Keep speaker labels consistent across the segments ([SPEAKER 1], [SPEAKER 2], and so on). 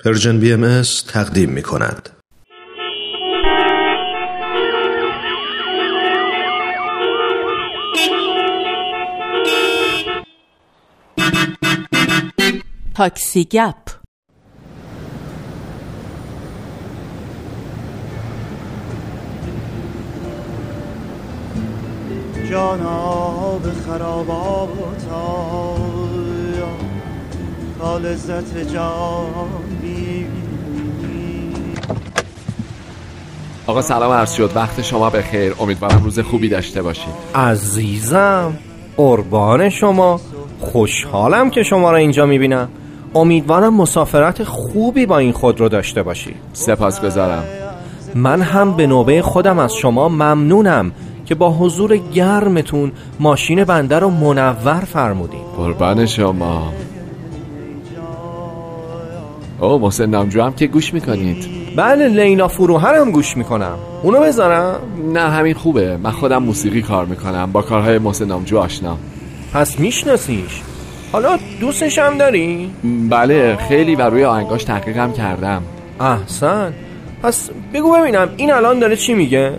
[SPEAKER 1] پرژن بی ام از تقدیم می کند.
[SPEAKER 2] تاکسی گپ
[SPEAKER 3] جان آب خراب آبتا تا لذت جان بینی
[SPEAKER 4] آقا سلام عرض شد وقت شما بخیر امیدوارم روز خوبی داشته باشید
[SPEAKER 5] عزیزم قربان شما خوشحالم که شما را اینجا میبینم امیدوارم مسافرت خوبی با این خود رو داشته باشی
[SPEAKER 4] سپاس گذارم
[SPEAKER 5] من هم به نوبه خودم از شما ممنونم که با حضور گرمتون ماشین بنده رو منور فرمودین
[SPEAKER 4] قربان شما او محسن نامجو هم که گوش میکنید
[SPEAKER 5] بله لیلا فروهرم گوش میکنم اونو بذارم
[SPEAKER 4] نه همین خوبه من خودم موسیقی کار میکنم با کارهای محسن نامجو آشنا
[SPEAKER 5] پس میشناسیش حالا دوستش هم داری؟
[SPEAKER 4] م، بله خیلی و روی آهنگاش تحقیقم کردم
[SPEAKER 5] احسن پس بگو ببینم این الان داره چی میگه؟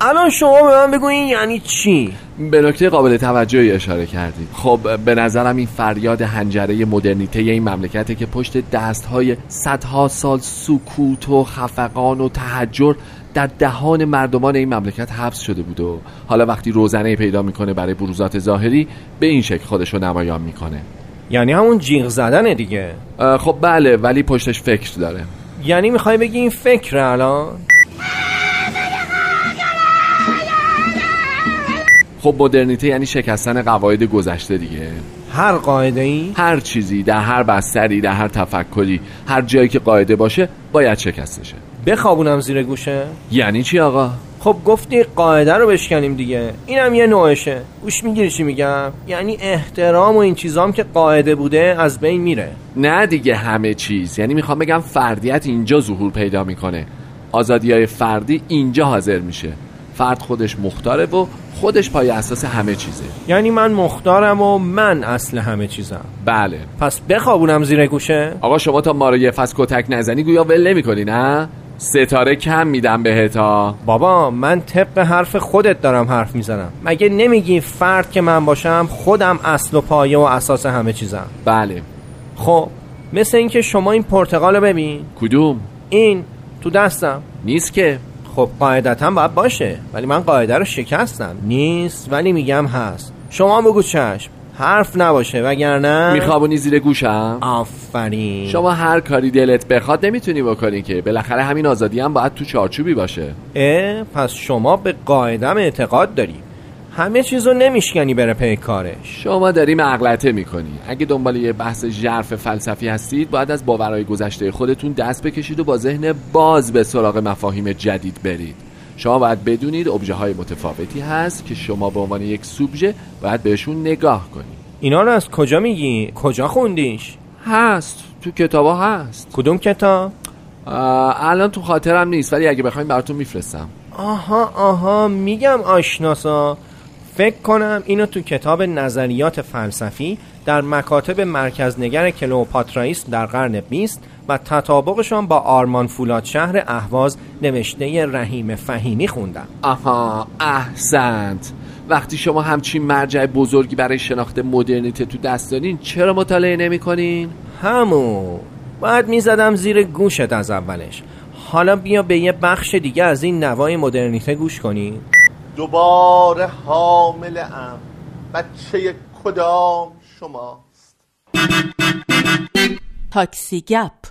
[SPEAKER 5] الان شما به من بگو این یعنی چی؟
[SPEAKER 4] به نکته قابل توجهی اشاره کردید خب به نظرم این فریاد هنجره مدرنیته این مملکته که پشت دستهای صدها سال سکوت و خفقان و تحجر در دهان مردمان این مملکت حبس شده بود و حالا وقتی روزنه پیدا میکنه برای بروزات ظاهری به این شکل خودش رو نمایان میکنه
[SPEAKER 5] یعنی همون جیغ زدنه دیگه
[SPEAKER 4] اه، خب بله ولی پشتش فکر داره
[SPEAKER 5] یعنی میخوای بگی این فکر الان؟
[SPEAKER 4] خب مدرنیته یعنی شکستن قواعد گذشته دیگه
[SPEAKER 5] هر قاعده ای؟
[SPEAKER 4] هر چیزی در هر بستری در هر تفکری هر جایی که قاعده باشه باید شکسته شه
[SPEAKER 5] بخوابونم زیر گوشه؟
[SPEAKER 4] یعنی چی آقا
[SPEAKER 5] خب گفتی قاعده رو بشکنیم دیگه اینم یه نوعشه گوش میگیری چی میگم یعنی احترام و این چیزام که قاعده بوده از بین میره
[SPEAKER 4] نه دیگه همه چیز یعنی میخوام بگم فردیت اینجا ظهور پیدا میکنه آزادی های فردی اینجا حاضر میشه فرد خودش مختاره و خودش پای اساس همه چیزه
[SPEAKER 5] یعنی من مختارم و من اصل همه چیزم
[SPEAKER 4] بله
[SPEAKER 5] پس بخوابونم زیر گوشه
[SPEAKER 4] آقا شما تا ما رو یه فصل کتک نزنی گویا ول نمیکنی نه ستاره کم میدم بهتا
[SPEAKER 5] بابا من طبق حرف خودت دارم حرف میزنم مگه نمیگی فرد که من باشم خودم اصل و پایه و اساس همه چیزم
[SPEAKER 4] بله
[SPEAKER 5] خب مثل اینکه شما این پرتقال رو ببین
[SPEAKER 4] کدوم
[SPEAKER 5] این تو دستم
[SPEAKER 4] نیست که
[SPEAKER 5] خب قاعدتا باید باشه ولی من قاعده رو شکستم نیست ولی میگم هست شما بگو چشم حرف نباشه وگرنه
[SPEAKER 4] میخوابونی زیر گوشم
[SPEAKER 5] آفرین
[SPEAKER 4] شما هر کاری دلت بخواد نمیتونی بکنی که بالاخره همین آزادی هم باید تو چارچوبی باشه
[SPEAKER 5] اه، پس شما به قاعدم اعتقاد داری همه چیز رو نمیشکنی بره پی کارش
[SPEAKER 4] شما داری مغلطه میکنی اگه دنبال یه بحث ژرف فلسفی هستید باید از باورهای گذشته خودتون دست بکشید و با ذهن باز به سراغ مفاهیم جدید برید شما باید بدونید ابژه های متفاوتی هست که شما به عنوان یک سوبژه باید بهشون نگاه کنید
[SPEAKER 5] اینا رو از کجا میگی؟ کجا خوندیش؟
[SPEAKER 4] هست تو کتابا هست
[SPEAKER 5] کدوم کتاب؟
[SPEAKER 4] آه، الان تو خاطرم نیست ولی اگه بخواین براتون میفرستم
[SPEAKER 5] آها آها میگم آشناسا فکر کنم اینو تو کتاب نظریات فلسفی در مکاتب مرکزنگر کلوپاترائیس در قرن بیست و تطابقشان با آرمان فولاد شهر اهواز نوشته رحیم فهیمی خوندم
[SPEAKER 4] آها احسنت وقتی شما همچین مرجع بزرگی برای شناخت مدرنیته تو دست دارین چرا مطالعه نمیکنین؟
[SPEAKER 5] همون باید میزدم زیر گوشت از اولش حالا بیا به یه بخش دیگه از این نوای مدرنیته گوش کنی
[SPEAKER 3] دوباره حامل ام بچه کدام شماست
[SPEAKER 2] تاکسی گپ